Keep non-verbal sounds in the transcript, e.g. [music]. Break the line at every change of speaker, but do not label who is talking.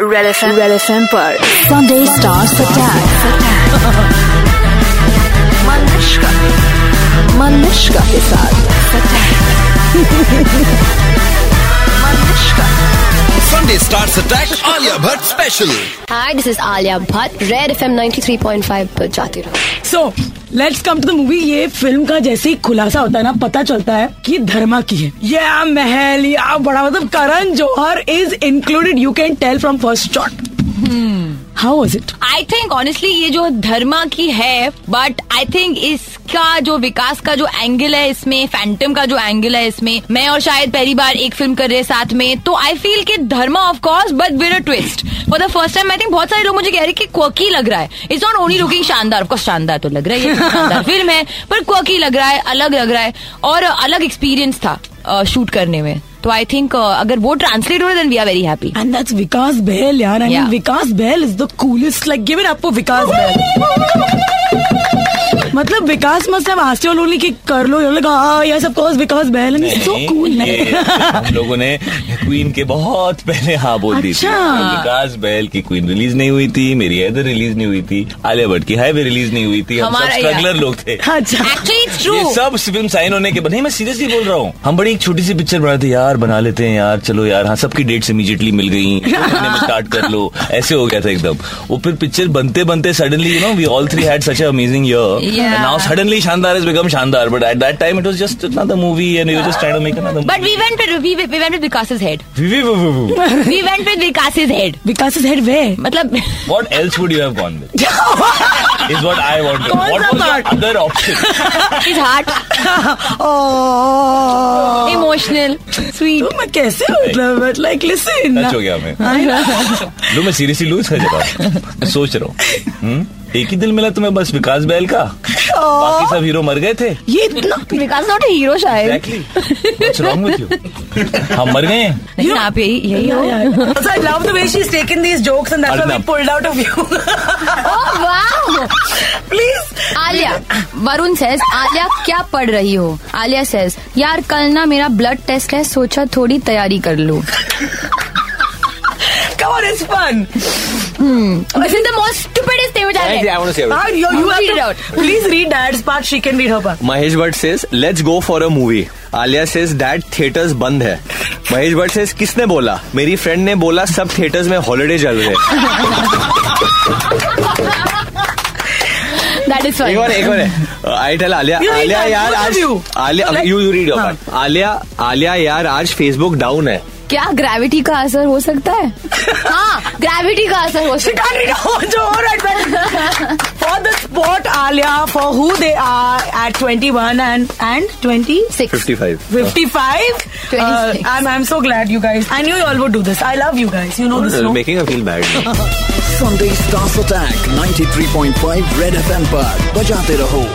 Red F M red F M पर Sunday stars attack Manushka Manushka के साथ
Sunday Stars Attack Alia Bhatt Special.
Hi, this is Alia Bhatt, Red FM 93.5 पर जाती रहो
so let's come to the movie ये film का जैसे ही खुलासा होता है ना पता चलता है कि ये धर्मा की है या महल या बड़ा मतलब Karan Johar is included you can tell from first shot how was it
I think honestly ये जो धर्मा की है बट आई थिंक इसका जो विकास का जो एंगल है इसमें फैंटम का जो एंगल है इसमें मैं और शायद पहली बार एक फिल्म कर रहे हैं साथ में तो आई फील कि Dharma of course but with a twist for the first time I think बहुत सारे लोग मुझे कह रहे हैं कि क्वकी लग रहा है इट्स नॉट ओनली लुकिंग शानदार ऑफकोर्स शानदार तो लग रहा है ये शानदार फिल्म है पर क्वकी लग रहा है अलग लग रहा है और अलग एक्सपीरियंस था शूट करने में तो आई थिंक अगर वो ट्रांसलेट हो रहा है then we are very
[laughs]
happy
and that's Vikas Bahl यार I mean
Yeah.
Vikas Bahl is the coolest like give it up for Vikas Bahl मतलब विकास मस्त है आस्ते वालों ने कि कर लो लगा हाँ yes of course Vikas Bahl is so cool
ये हम लोगों ने क्वीन के बहुत पहले हाँ बोल दी थी
अच्छा।
विकास बैल की क्वीन रिलीज नहीं हुई थी मेरी हैदर रिलीज नहीं हुई थी आलिया भट्ट की हाई भी रिलीज नहीं हुई थी हम सब
हमारा यार।
स्ट्रगलर लोग थे
[laughs] अच्छा
एक्चुअली इट्स ट्रू
ये सब फिल्म साइन होने के बाद नहीं मैं सीरियसली बोल रहा हूँ हम बड़ी एक छोटी सी पिक्चर बनाते यार बना लेते हैं यार चलो यार हाँ सबकी डेट्स इमीडिएटली मिल
[laughs]
गई स्टार्ट कर लो ऐसे हो गया था एकदम वो फिर पिक्चर बनते बनते suddenly you know we all three had such amazing year
Yeah.
Now suddenly Shaandaar is become Shaandaar but at that time it was just another movie and you just trying to make another
but we went we went with Vikas's head we went with Vikas's head
Vikas is head वे [laughs]
मतलब
What else would you have gone with? Is what I want. to know.
कौन
What
सा
was
part?
the other option?
[laughs]
Is heart
हाँ। Oh
emotional sweet
तो मैं कैसे मतलब but like listen
Touch हो गया मैं। लो मैं सीरियसली लू इसका जवाब मैं सोच रहा हूँ हम्म? एक ही दिल मिला तुम्हें बस विकास बैल का बाकी सब हीरो मर गए थे
ये इतना
विकास नॉट हीरो शायद
एग्जैक्टली रॉन्ग विद यू हम मर गए हैं?
लेकिन आप यही यही हो
Also, I love the way she's taken these jokes and that's why we
Arnab.
pulled out of you.
[laughs]
[laughs]
Oh, wow!
Please.
Alia Varun says Alia क्या पढ़ रही हो आलिया सेज यार कल ना मेरा ब्लड टेस्ट है सोचा थोड़ी तैयारी कर लूं
Come on, it's fun.
This is the most stupidest thing which I
Actually, I want to say about
Now, you, you
I'll
have
read
to,
it out.
Please read dad's part. She can read her part.
it. Mahesh Bhatt says, let's go for a movie. Alia says that theaters बंद है Mahesh Bhatt says किसने बोला मेरी friend ने बोला सब theatres में holiday चल रहे हैं
दैट इज
एक और
फाइन
एक और है I tell Alia
You read
Alia
that,
यार
both of
आज
you.
Alia
Like-
you you read
हाँ.
आलिया आलिया यार आज फेसबुक डाउन है
क्या ग्रेविटी का असर हो सकता है हाँ ग्रेविटी का असर हो
She
सकता
can't read all, jo, all right,
[laughs]
well. For the sport, Alia, for who they are at 21 and, and 20?
है six
55
55? Uh,
26.
I'm, I'm so glad you guys. I knew you all would do this. I love you guys. You know this, no?
Making a feel bad
Sunday Stars Attack 93.5 Red FM पर बजाते रहो